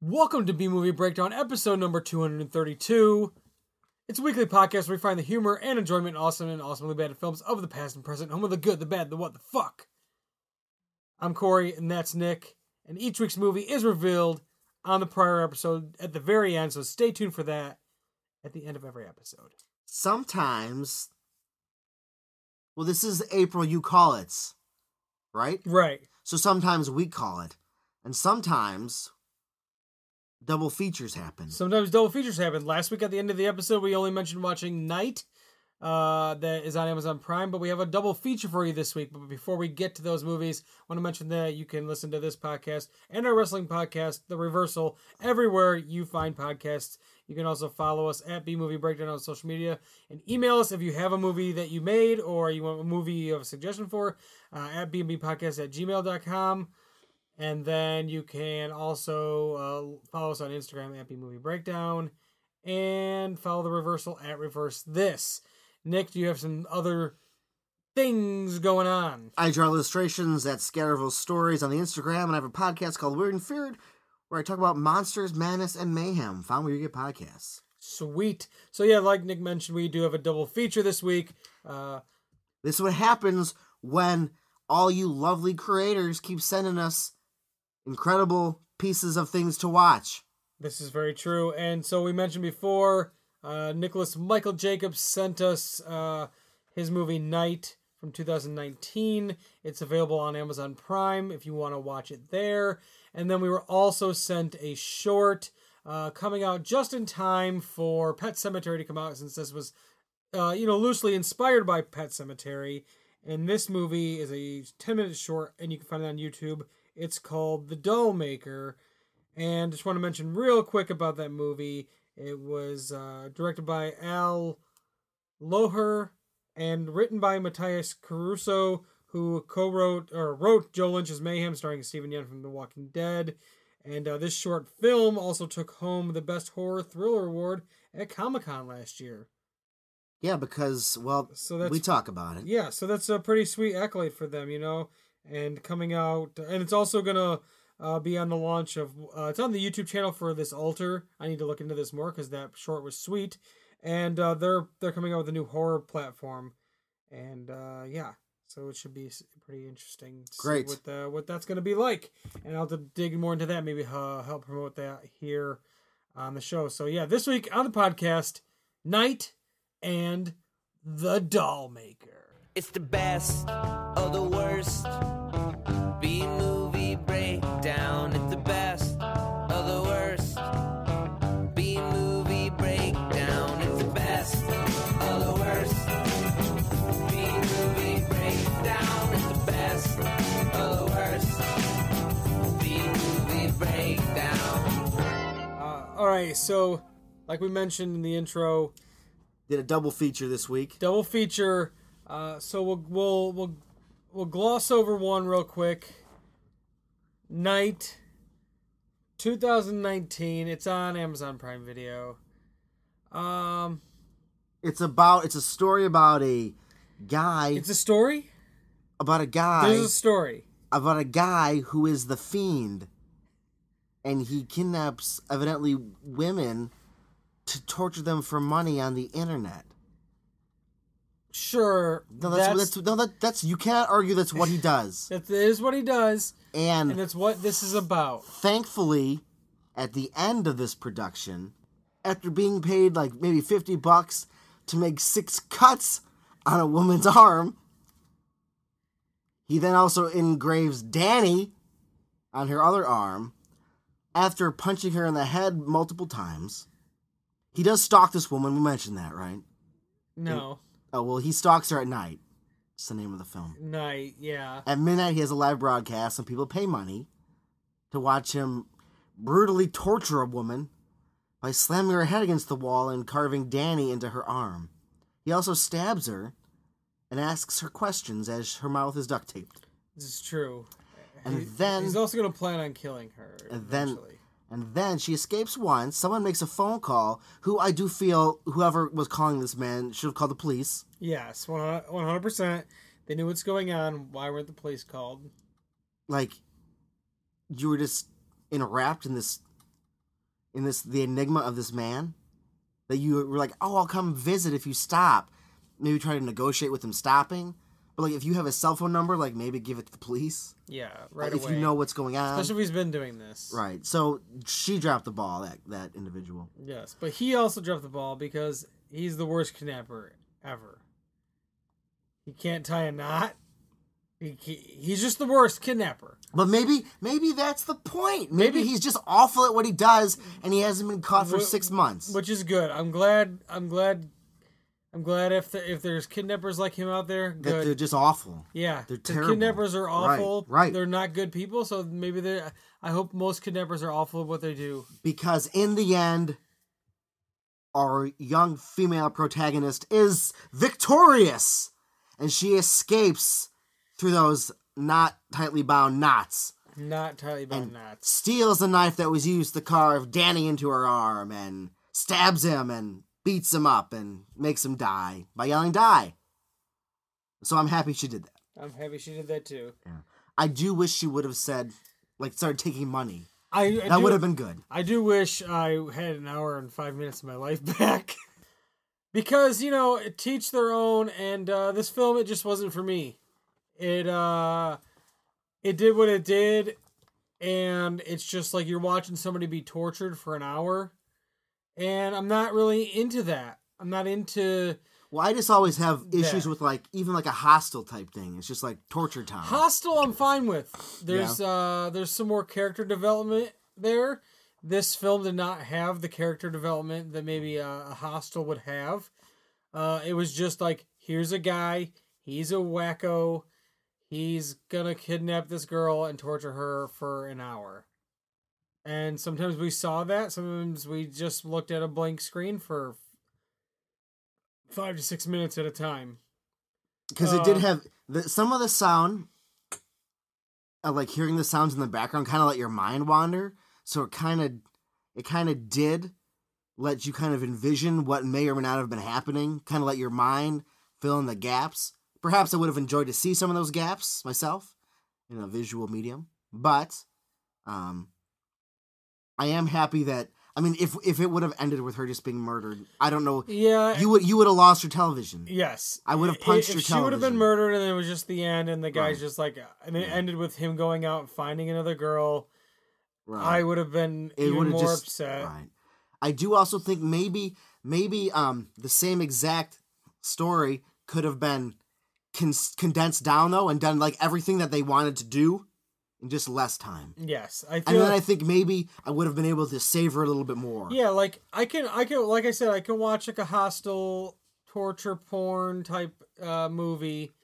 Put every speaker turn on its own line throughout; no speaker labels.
Welcome to B Movie Breakdown, episode number 232. It's a weekly podcast where we find the humor and enjoyment in awesome and awesomely bad films of the past and present, home of the good, the bad, the what the fuck. I'm Corey, and that's Nick, and each week's movie is revealed on the prior episode at the very end, so stay tuned for that at the end of every episode.
sometimes well this is april you call it right
Right.
so sometimes we call it and sometimes double features happen
Sometimes double features happen. Last week at the end of the episode, we only mentioned watching Night, uh, that is on Amazon Prime, but we have a double feature for you this week. But before we get to those movies, I want to mention that you can listen to this podcast and our wrestling podcast, The Reversal, everywhere you find podcasts. You can also follow us at B Movie Breakdown on social media and email us if you have a movie that you made or you want a movie you have a suggestion for uh, at bmbpodcast at gmail.com. And then you can also uh, follow us on Instagram at B Movie Breakdown and follow the reversal at reverse this. Nick, do you have some other things going on?
i draw illustrations at scatterville stories on the instagram and i have a podcast called weird and feared where i talk about monsters madness and mayhem found where you get podcasts
Sweet. So yeah, like Nick mentioned, we do have a double feature this week. Uh,
this is what happens when all you lovely creators keep sending us incredible pieces of things to watch
This is very true. And so we mentioned before, uh, Nicholas Michael Jacobs sent us uh, his movie Night from 2019. It's available on Amazon Prime if you want to watch it there. And then we were also sent a short uh, coming out just in time for Pet Cemetery to come out since this was, uh, you know, loosely inspired by Pet Cemetery. And this movie is a 10 minute short, and you can find it on YouTube. It's called The Doll Maker. And just want to mention real quick about that movie. It was uh, directed by Al Loher and written by Matthias Caruso, who co-wrote or wrote Joe Lynch's Mayhem, starring Stephen Yeun from The Walking Dead. And uh, this short film also took home the Best Horror Thriller Award at Comic Con last year.
Yeah, because well,
So that's
we talk about it.
Yeah, so that's a pretty sweet accolade for them, you know. And coming out, and it's also gonna uh, be on the launch of. Uh, it's on the YouTube channel for this altar. I need to look into this more because that short was sweet. And uh, they're they're coming out with a new horror platform, and uh, yeah, so it should be s- pretty interesting. To see
Great.
what the, what that's gonna be like, and I'll have to dig more into that. Maybe uh, help promote that here on the show. So yeah, this week on the podcast, night and the doll maker.
It's the best of the worst. B movie breakdown. It's the best of the worst. B movie breakdown. It's the best of the worst. B movie breakdown. It's the best of the worst. B movie breakdown.
Uh, all right, so like we mentioned in the intro,
Did a double feature this week.
double feature. Uh, so we'll we'll we'll we'll gloss over one real quick. Night, 2019. It's on Amazon Prime Video. Um,
It's about it's a story about a guy
it's a story.
about a guy
There's a story.
about a guy who is the fiend, and he kidnaps evidently women to torture them for money on the internet.
Sure,
No, that's,
that's,
that's, no that, that's you cannot argue that's what he does.
that is what he does, and
And
that's what this is about.
thankfully, at the end of this production, after being paid like maybe fifty bucks to make six cuts on a woman's arm. He then also engraves Danny on her other arm after punching her in the head multiple times. He does stalk this woman. We mentioned that, right?
No,
Oh, well, he stalks her at night. It's the name of the film.
night. Yeah.
At midnight, he has a live broadcast, and people pay money to watch him brutally torture a woman by slamming her head against the wall and carving Danny into her arm. He also stabs her and asks her questions as her mouth is duct taped.
This is true.
And then-
he's also going to plan on killing her.
And then,
eventually.
and then she escapes once. Someone makes a phone call. Who I do feel whoever was calling this man should have called the police.
yes, one hundred percent. They knew what's going on. Why weren't the police called?
Like, you were just enwrapped in this in this the enigma of this man that you were like, oh, I'll come visit if you stop. Maybe try to negotiate with him stopping. But like, if you have a cell phone number, like maybe give it to the police.
Yeah, right
if
away.
you know what's going on,
Especially if he's been doing this.
right? So she dropped the ball. That that individual.
Yes, but he also dropped the ball because he's the worst kidnapper ever. He can't tie a knot. He, he, he's just the worst kidnapper.
But maybe maybe that's the point. Maybe, he's just awful at what he does, and he hasn't been caught for
Wh-
six months.
which is good. I'm glad. I'm glad. I'm glad if the, if there's kidnappers like him out there,
that
good.
they're just awful.
yeah,
they're
'cause
terrible.
Kidnappers are
Right,
awful.
right.
They're not good people. So maybe they. are I hope most kidnappers are awful at what they do.
Because in the end, our young female protagonist is victorious, and she escapes through those not tightly bound knots.
Not tightly bound knots.
Steals the knife that was used to carve Danny into her arm, and stabs him, and beats him up, and makes him die by yelling "Die." So I'm happy she did that.
I'm happy she did that too.
I do wish she would have said, like, started taking money.
I, I
That
do-
would have been good.
I do wish I had an hour and five minutes of my life back. because, you know, teach their own and uh, this film it just wasn't for me. It uh it did what it did and it's just like you're watching somebody be tortured for an hour. And I'm not really into that. I'm not into
Well, I just always have issues
Yeah.
with like even like a hostile type thing. It's just like torture time.
Hostile, I'm fine with. There's uh, there's some more character development there. This film did not have the character development that maybe uh, a Hostile would have. Uh, it was just like, here's a guy, he's a wacko, he's gonna kidnap this girl and torture her for an hour. And sometimes we saw that. Sometimes we just looked at a blank screen for five to six minutes at a time.
Because it did
uh,
have the, some of the sound, uh, like hearing the sounds in the background, kind of let your mind wander. So it kind of, it kind of did let you kind of envision what may or may not have been happening. Kind of let your mind fill in the gaps. Perhaps I would have enjoyed to see some of those gaps myself in a visual medium, but um, I am happy that I mean, if if it would have ended with her just being murdered, I don't know.
Yeah,
You would you would have lost your television.
Yes,
I would've punched
if
your
She would have been
television.
murdered, and it was just the end, and the guy's
Right.
just like, uh, and it ended with him going out and finding another girl.
Right.
I would have been
it would
even more
have just
upset.
right. I do also think maybe maybe um the same exact story could have been cons- condensed down though and done like everything that they wanted to do in just less time.
Yes, I
And
feel.
then I think maybe I would have been able to savor it a little bit more.
yeah, like I can, I can, like I said, I can watch like a hostile torture porn type uh, movie,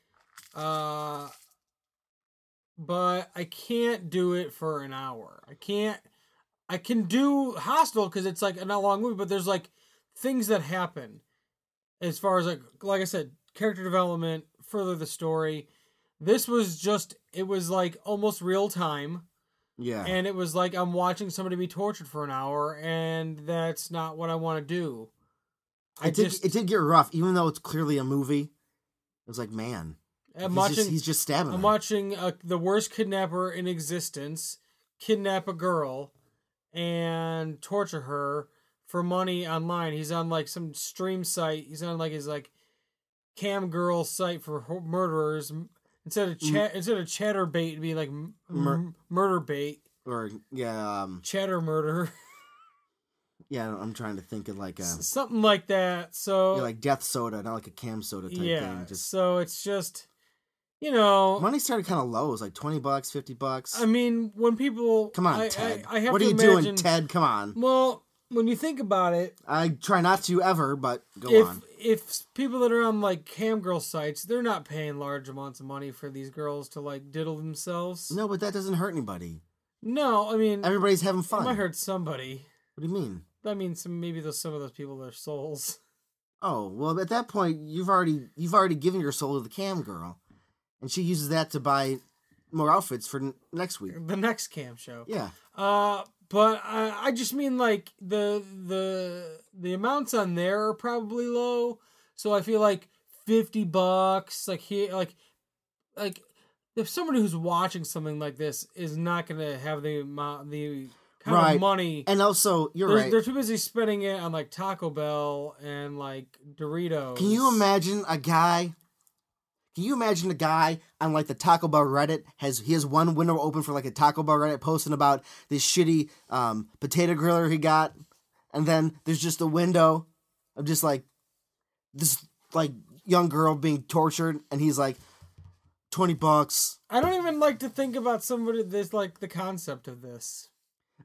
uh, but I can't do it for an hour. I can't. I can do hostile because it's like an hour long movie, but there's like things that happen as far as like like I said, character development, further the story. This was just it was like almost real time
Yeah.
and it was like I'm watching somebody be tortured for an hour and that's not what I want to do. I
it did
just
it did get rough even though it's clearly a movie. It was like, man,
I'm
he's,
watching
just, he's just stabbing.
I'm
her.
watching uh, the worst kidnapper in existence kidnap a girl and torture her for money online. He's on like some stream site. He's on like his like cam girl site for ho- murderers M- instead of chat instead of chatterbait it'd be like m- m- murder bait,
or yeah, um,
chatter murder,
yeah, I'm trying to think of like a
S- something like that. So
yeah, like death soda, not like a cam soda type
yeah,
thing. Just
so it's just you know
money started kind of low. It was like twenty bucks, fifty bucks.
I mean when people
Come on,
I,
Ted.
I, I have
what
to
are you
imagine,
doing, Ted? Come on.
Well, when you think about it,
I try not to ever, but go
if
on.
if people that are on like cam girl sites, they're not paying large amounts of money for these girls to like diddle themselves.
No, but that doesn't hurt anybody.
No, I mean, Mm, it
Everybody's having fun.
might hurt somebody.
What do you mean?
I mean, some maybe those some of those people, their souls.
Oh well, at that point you've already you've already given your soul to the cam girl, and she uses that to buy more outfits for n- next week.
The next cam show.
Yeah,
Uh, but I, I just mean like the the the amounts on there are probably low. So I feel like fifty bucks, like here, like like if somebody who's watching something like this is not gonna have the amount the kind
Right.
of money.
And also, you're
They're,
right.
they're too busy spending it on like Taco Bell and like Doritos.
Can you imagine a guy? Can you imagine a guy on like the Taco Bell Reddit has he has one window open for like a Taco Bell Reddit posting about this shitty um, potato griller he got, and then there's just a window of just like this like young girl being tortured, and he's like twenty bucks.
I don't even like to think about somebody this like the concept of this.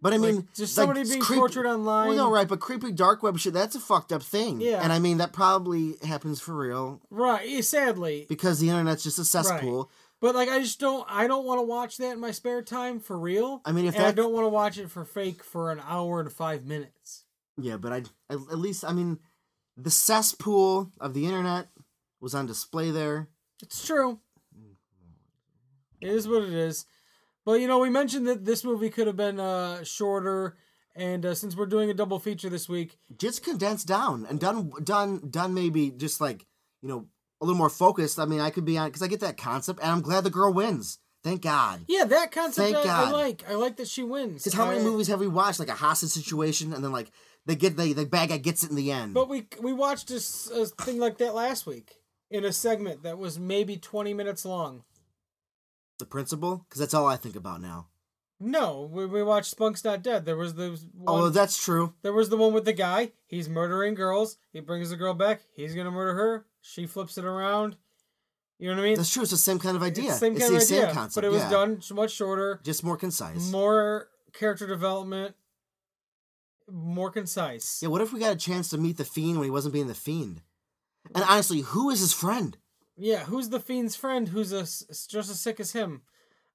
But I mean,
just
like,
somebody being
creep-
tortured online.
Well, no, right, but creepy dark web shit—that's a fucked up thing.
Yeah.
and I mean that probably happens for real
Right, eh, sadly.
because the internet's just a cesspool.
But like I just don't I don't want to watch that in my spare time for real.
I mean, if
and I
that's-
don't want to watch it for fake for an hour and 5 minutes.
Yeah, but I at, at least I mean, the cesspool of the internet was on display there.
It's true. It is what it is. But you know, we mentioned that this movie could have been uh shorter and uh, since we're doing a double feature this week,
Just condensed down and done, done, done. Maybe just like you know a little more focused. I mean, I could be on because I get that concept, and I'm glad the girl wins. Thank God.
yeah, that concept
Thank
I, I
God.
like. I like that she wins.
Because how many
I-
movies have we watched like a hostage situation, and then like they get they the bad guy gets it in the end.
But we we watched a, s- a thing like that last week in a segment that was maybe 20 minutes long.
the principal, because that's all I think about now.
No, we, we watched Spunk's Not Dead. There was the one,
Oh, that's true.
there was the one with the guy. He's murdering girls. He brings the girl back. He's gonna murder her. She flips it around. You know what I mean?
That's true. It's the same kind of idea.
It's the same
it's
kind
the
of
same
idea,
concept.
but it was
yeah.
done sh- much shorter,
just more concise.
more character development, more concise.
Yeah, what if we got a chance to meet the fiend when he wasn't being the fiend? And honestly, who is his friend?
Yeah, who's the fiend's friend? Who's a, s- just as sick as him?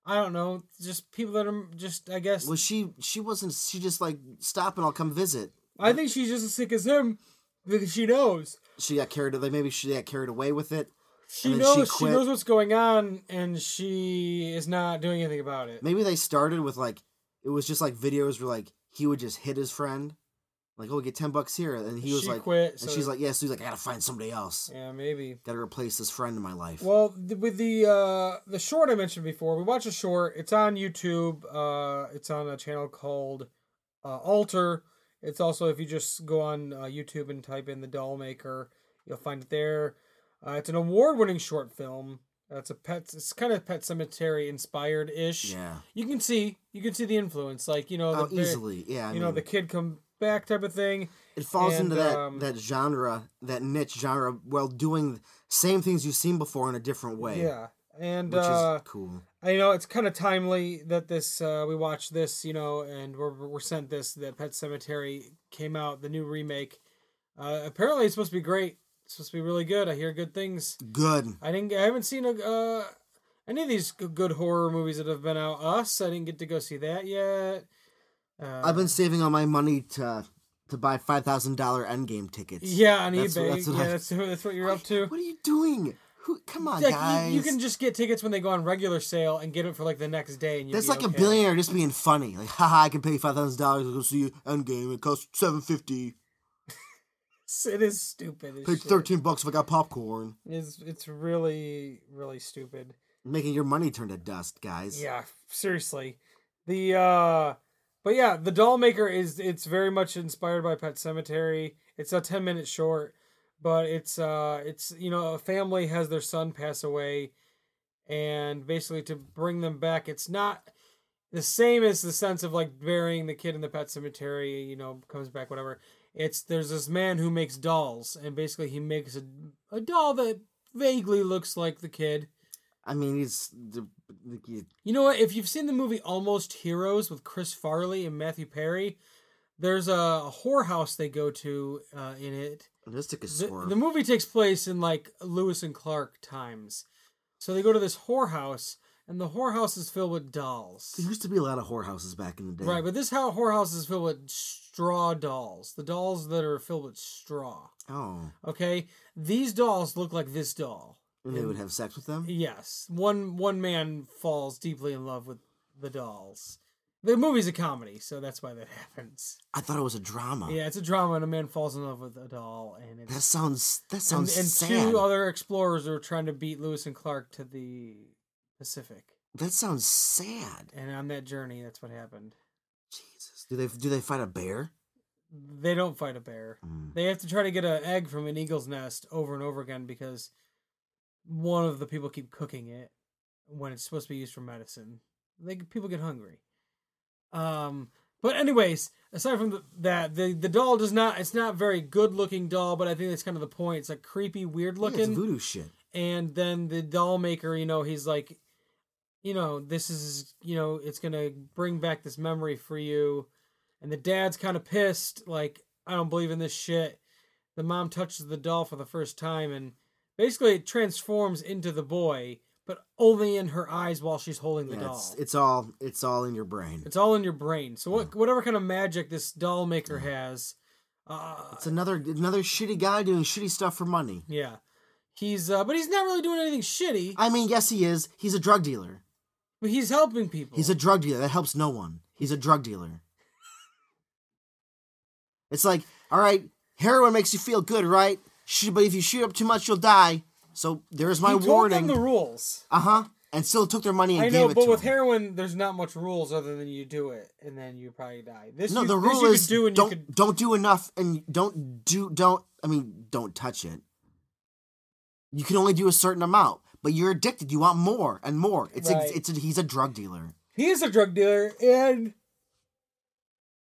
I don't know. Just people that are just I guess
Was she? She wasn't. She just like stop and I'll come visit.
I think she's just as sick as him because she knows.
She got carried. Like maybe she got carried away with it.
She
And then she
knows. She,
quit.
knows what's going on, and she is not doing anything about it.
Maybe they started with like it was just like videos where like he would just hit his friend, like oh get ten bucks here, and he was
She
like
quit,
and
so-
she's like yeah, so he's like I gotta find somebody else,
Yeah, maybe.
gotta replace this friend in my life.
Well, th- with the uh, the short I mentioned before, we watched a short. It's on YouTube. Uh, it's on a channel called uh, Alter. It's also if you just go on uh, YouTube and type in the Doll Maker, you'll find it there. Uh, it's an award-winning short film. Uh, It's a pet. It's kind of Pet Cemetery inspired ish.
yeah,
You can see you can see the influence, like you know, the
oh
very-
easily yeah. I
you know
mean,
the kid come back type of thing
It falls
And,
into that
um,
that genre, that niche genre, while doing the same things you've seen before in a different way.
yeah and
which
uh,
is cool.
i know it's kind of timely that this uh, we watched this you know and we're, we're sent this that pet cemetery came out the new remake uh, apparently it's supposed to be great it's supposed to be really good i hear good things
Good.
i didn't i haven't seen a uh, any of these g- good horror movies that have been out us i didn't get to go see that yet uh,
I've been saving all my money to to buy five thousand dollar Endgame tickets.
yeah on
That's-
ebay
that's what
yeah
I-
that's, that's what you're up to
What are you doing? Who? Come on,
like,
guys.
You, you can just get tickets when they go on regular sale and get it for like the next day. And you'll
That's
be
like a
okay.
billionaire just being funny. Like, haha, I can pay five thousand dollars to go see Endgame. It costs seven fifty.
It is stupid. As
Paid
shit.
thirteen bucks if I got popcorn.
It's it's really really stupid.
Making your money turn to dust, guys.
Yeah, seriously. The uh, but yeah, the doll maker is it's very much inspired by Pet Cemetery. It's a ten minute short, but it's uh, it's you know a family has their son pass away, and basically to bring them back, it's not the same as the sense of like burying the kid in the pet cemetery, you know, comes back, whatever. It's there's this man who makes dolls, and basically he makes a, a doll that vaguely looks like the kid.
I mean, he's the, the, he-
You know what? If you've seen the movie Almost Heroes with Chris Farley and Matthew Perry, there's a whorehouse they go to uh, in it.
this took a
The,
swerve.
the movie takes place in like Lewis and Clark times. So they go to this whorehouse, and the whorehouse is filled with dolls.
there used to be a lot of whorehouses back in the day.
Right, but this how whorehouse is filled with straw dolls. The dolls that are filled with straw.
oh,
Okay, these dolls look like this doll.
and they would have sex with them.
Yes, one one man falls deeply in love with the dolls. The movie's a comedy, so that's why that happens.
I thought it was a drama.
Yeah, it's a drama, and a man falls in love with a doll, and
That
it's,
sounds. That
and,
sounds
and
sad.
two other explorers are trying to beat Lewis and Clark to the Pacific,
that sounds sad.
and on that journey, that's what happened.
Jesus. Do they do they fight a bear?
They don't fight a bear. They have to try to get an egg from an eagle's nest over and over again because one of the people keep cooking it when it's supposed to be used for medicine. They people get hungry. Um, but anyways, aside from the, that, the the doll does not. It's not very good looking doll, but I think that's kind of the point. It's like creepy, weird
Yeah, it's
looking
voodoo shit.
and then the doll maker you know he's like you know this is you know it's gonna bring back this memory for you and the dad's kind of pissed like i don't believe in this shit the mom touches the doll for the first time and basically it transforms into the boy but only in her eyes while she's holding the
Yeah,
doll
it's, it's all it's all in your brain.
it's all in your brain so what, whatever kind of magic this doll maker has uh,
It's another another shitty guy doing shitty stuff for money.
yeah he's uh, but he's not really doing anything shitty
I mean, yes, he is. He's a drug dealer.
but he's helping people
He's a drug dealer. That helps no one. He's a drug dealer. It's like, all right, heroin makes you feel good, right? Shoot, but if you shoot up too much, you'll die. So there's my
he told them
warning.
the rules
uh huh. And still took their money and
I
gave
know,
it
but
to
with
them.
heroin, there's not much rules other than you do it and then you probably die. This
no,
you,
the
this
rule
you
is
could do and
don't
you could
don't do enough and don't do don't. I mean, don't touch it. You can only do a certain amount, but you're addicted. You want more and more. It's a,
Right.
it's a, he's a drug dealer.
he is a drug dealer and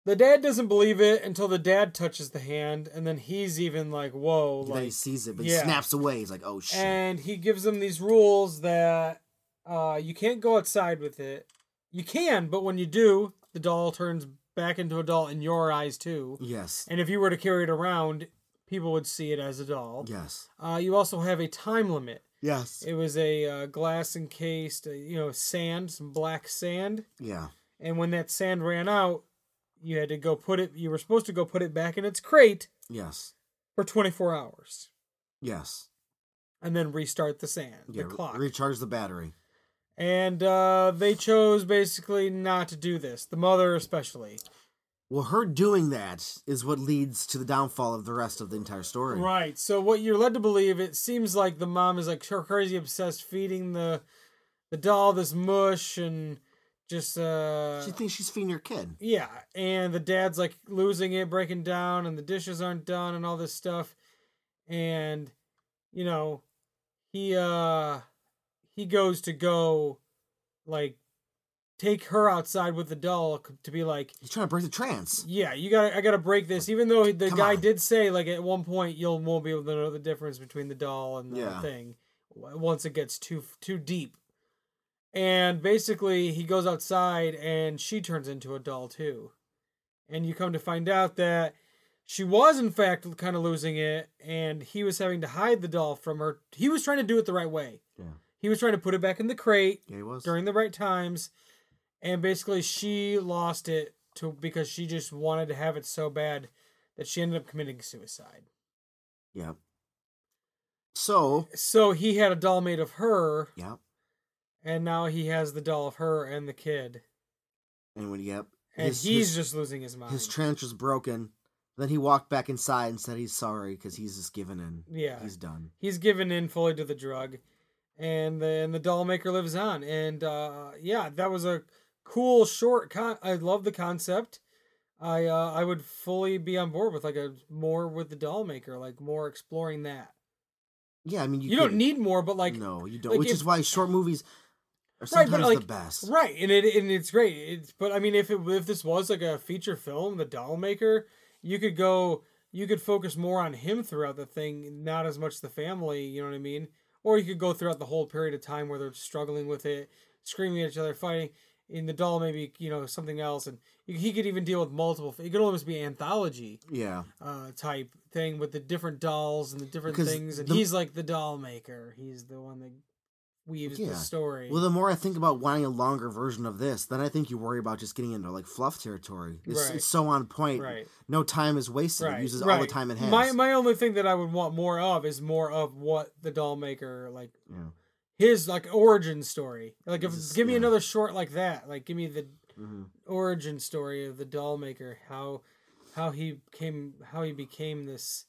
the dad doesn't believe it until the dad touches the hand and then he's even like, "Whoa!"
then he
Like,
sees it, but he
yeah.
snaps away. He's like, "Oh shit!"
and he gives them these rules that uh, you can't go outside with it. You can, but when you do, the doll turns back into a doll in your eyes too.
yes,
And if you were to carry it around, people would see it as a doll.
yes,
Uh, you also have a time limit.
yes,
It was a uh, glass encased, uh, you know, sand, some black sand.
yeah.
And when that sand ran out, you had to go put it, you were supposed to go put it back in its crate
Yes.
for 24 hours
Yes.
and then restart the sand,
Yeah.
the
re-
clock.
Recharge the battery.
and uh, they chose basically not to do this, the mother especially.
Well, her doing that is what leads to the downfall of the rest of the entire story.
Right. So what you're led to believe, it seems like the mom is like her crazy obsessed feeding the the doll this mush and just uh
She thinks she's feeding your kid.
Yeah, and the dad's like losing it, breaking down, and the dishes aren't done, and all this stuff, and you know, he uh he goes to go like take her outside with the doll c- to be like,
He's trying to break the trance.
yeah, you got to I gotta break this, even though the
Come
guy
on.
did say like at one point you'll won't be able to know the difference between the doll and the
Yeah.
thing w- once it gets too too deep. And basically, he goes outside, and she turns into a doll too. And you come to find out that she was in fact kind of losing it, and he was having to hide the doll from her. He was trying to do it the right way.
Yeah.
He was trying to put it back in the crate
Yeah, he was.
during the right times and basically she lost it to because she just wanted to have it so bad that she ended up committing suicide
yeah. So,
so he had a doll made of her
yeah.
and now he has the doll of her and the kid
And when he got
and
his,
he's
his,
just losing his mind
his trance was broken. Then he walked back inside and said he's sorry because he's just given in.
Yeah.
He's done.
he's given in fully to the drug and then the doll maker lives on and uh yeah that was a cool short con i love the concept i uh i would fully be on board with like a more with the doll maker like more exploring that
Yeah, I mean, you,
you, don't
could-
need more but like
no, you don't.
like,
which
if-
is why short movies are
Right, but,
sometimes the
like,
best.
right and it and it's great it's but i mean if it if this was like a feature film the doll maker you could go you could focus more on him throughout the thing not as much the family you know what i mean or you could go throughout the whole period of time where they're struggling with it screaming at each other fighting in the doll maybe you know something else and he could even deal with multiple it could almost be anthology
Yeah.
uh type thing with the different dolls and the different
Because
things and
the-
he's like the doll maker he's the one that weaves
Yeah.
the story
Well, the more I think about wanting a longer version of this, then I think you worry about just getting into like fluff territory. It's,
Right.
it's so on point.
Right.
No time is wasted. It uses all the time it has.
My my only thing that I would want more of is more of what the doll maker like
yeah.
his like origin story. Like if
Just-
give me
yeah.
another short like that. Like give me the
Mhm.
origin story of the doll maker, how how he came how he became this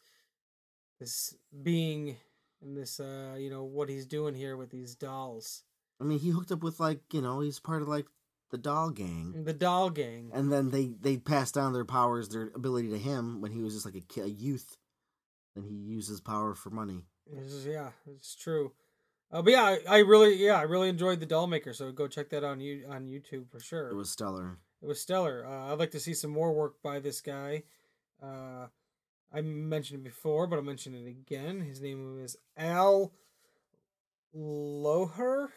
this being and this uh you know what he's doing here with these dolls.
I mean, he hooked up with like you know he's part of like the doll gang,
The Doll Gang.
and then they they passed down their powers, their ability to him when he was just like a, ki- a youth. Then he used his power for money.
This is- yeah, it's true. Uh, but yeah, I, I really yeah I really enjoyed the Doll Maker, so go check that on you on YouTube for sure.
It was stellar.
it was stellar. Uh, I'd like to see some more work by this guy. Uh, I mentioned it before, but I'll mention it again. His name is Al Loher.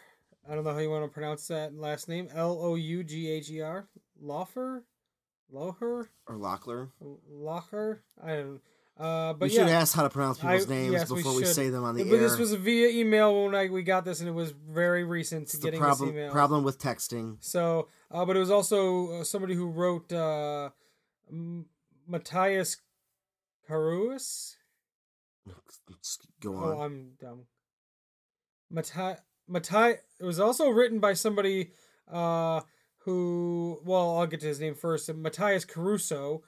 I don't know how you want to pronounce that last name. L O U G H E R. Loher? Loher?
Or Lockler.
Loher? I don't uh, but
we
yeah.
should ask how to pronounce
I-
people's names
yes, we
before we,
should.
say them on the
but
air.
this was via email when I, we got this, and it was very recent to
It's the
getting this
problem
email.
problem with texting.
So, uh, but it was also uh, somebody who wrote uh, M- Matthias Caruis.
Just go on.
Oh, I'm dumb. Matti Matti. It was also written by somebody uh, who. Well, I'll get to his name first. Matthias Caruso,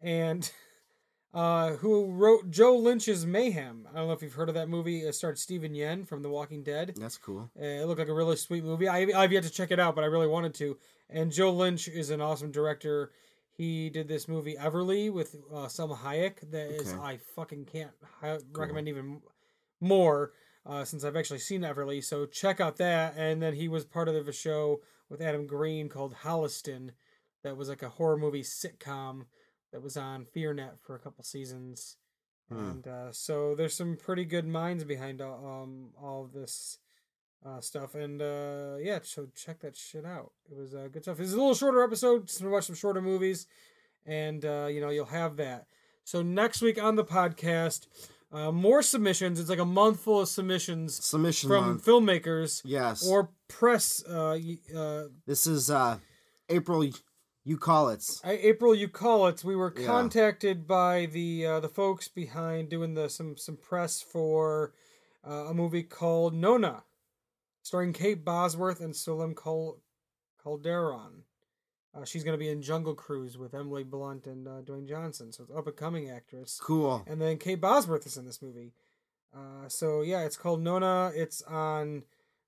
and uh, who wrote Joe Lynch's Mayhem. I don't know if you've heard of that movie. It starred Stephen Yen from The Walking Dead.
That's cool.
Uh, It looked like a really sweet movie. I, I've yet to check it out, but I really wanted to. And Joe Lynch is an awesome director. He did this movie Everly with uh, Selma Hayek. That is,
Okay.
I fucking can't hi- recommend even more uh, since I've actually seen Everly. So check out that. And then he was part of a show with Adam Green called Holliston, that was like a horror movie sitcom that was on FearNet for a couple seasons.
Hmm.
And uh, so there's some pretty good minds behind all, um, all of this uh, stuff. And uh, yeah, so check that shit out. It was uh, good stuff. It's a little shorter episode. Just gonna watch some shorter movies, and uh, you know you'll have that. So next week on the podcast, uh, more submissions. It's like a month full of submissions
Submission
from
month.
filmmakers
Yes.
or press. Uh, y- uh,
this is uh April you call it's
I, April, you call it. We were
Yeah.
contacted by the uh, the folks behind doing the some some press for uh, a movie called Nona, starring Kate Bosworth and Solem Cal- Calderon. Uh, she's going to be in Jungle Cruise with Emily Blunt and uh, Dwayne Johnson, so it's up and coming actress.
cool.
And then Kate Bosworth is in this movie. Uh, so yeah, it's called Nona. It's on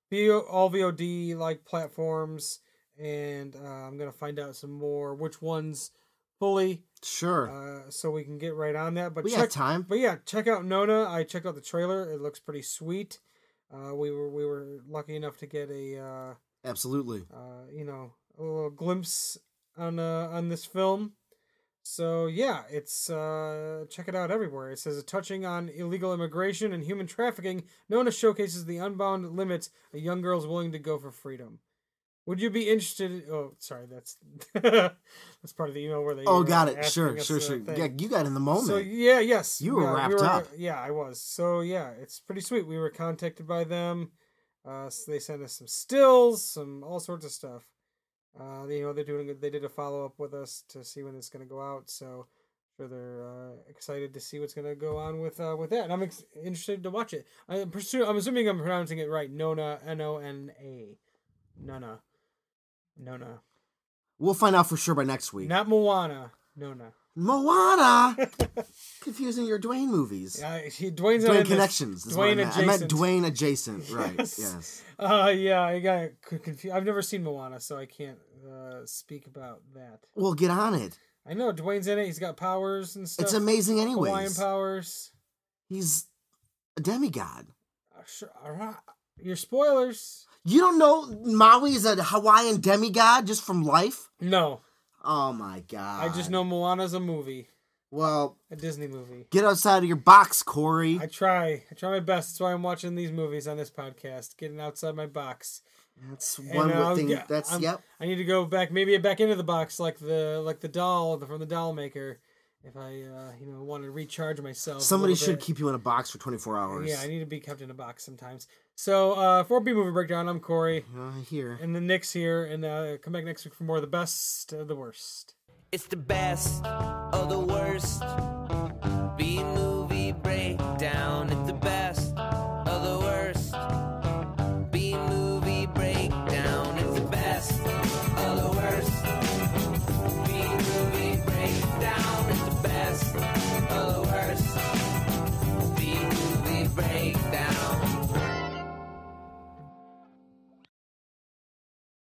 VO, all VOD like platforms, and uh, I'm gonna find out some more which ones fully,
Sure.
uh, so we can get right on that. But
we
check,
got time.
but yeah, check out Nona. I checked out the trailer. It looks pretty sweet. Uh, we were we were lucky enough to get a uh,
Absolutely.
uh, you know a little glimpse on uh, on this film. So yeah, it's uh, check it out everywhere. It says touching on illegal immigration and human trafficking, Nona showcases the unbound limits a young girl's willing to go for freedom. Would you be interested? Oh, sorry, that's that's part of the email where they.
Oh,
were
got it.
asking
Sure,
us
sure,
the
sure.
thing.
Yeah, you got in the moment.
So yeah, yes,
You were
yeah,
wrapped up.
Yeah, I was. So yeah, it's pretty sweet. We were contacted by them. Uh, so they sent us some stills, some all sorts of stuff. Uh, you know they're doing. good- They did a follow up with us to see when it's going to go out. So sure they're uh, excited to see what's going to go on with uh, with that. And I'm ex- interested to watch it. I'm pursue. I'm assuming I'm pronouncing it right. Nona, N O N A, Nona, Nona.
we'll find out for sure by next week.
Not Moana, Nona.
Moana confusing your Dwayne movies.
Uh, he, Dwayne's not in
Dwayne
this.
connections. That's what I
Dwayne
meant. I meant
adjacent.
Dwayne adjacent. Right.
Yes.
yes.
Uh, yeah, I got confused. I've never seen Moana, so I can't uh, speak about that.
Well, get on it.
I know Dwayne's in it. He's got powers and stuff.
It's amazing,
Hawaiian
anyways.
powers.
He's a demigod.
Uh, sure, all right. Your spoilers?
You don't know Maui is a Hawaiian demigod just from life?
No,
Oh my god.
I just know Moana's a movie,
Well,
a Disney movie.
get outside of your box, Corey.
I try. I try my best. That's why I'm watching these movies on this podcast, getting outside my box.
That's one
And, uh,
thing.
yeah,
that's
I'm-
yep.
I need to go back, maybe back into the box, like the like the doll from the doll maker. If I, uh, you know, want to recharge myself. a
Somebody
little
should
bit.
keep you in a box for 24 hours.
Yeah, I need to be kept in a box sometimes. So uh, for B Movie Breakdown, I'm Corey,
uh, here.
and the Nick's here, and uh, come back next week for more of the best of the worst.
It's the best of the worst. B movie breakdown.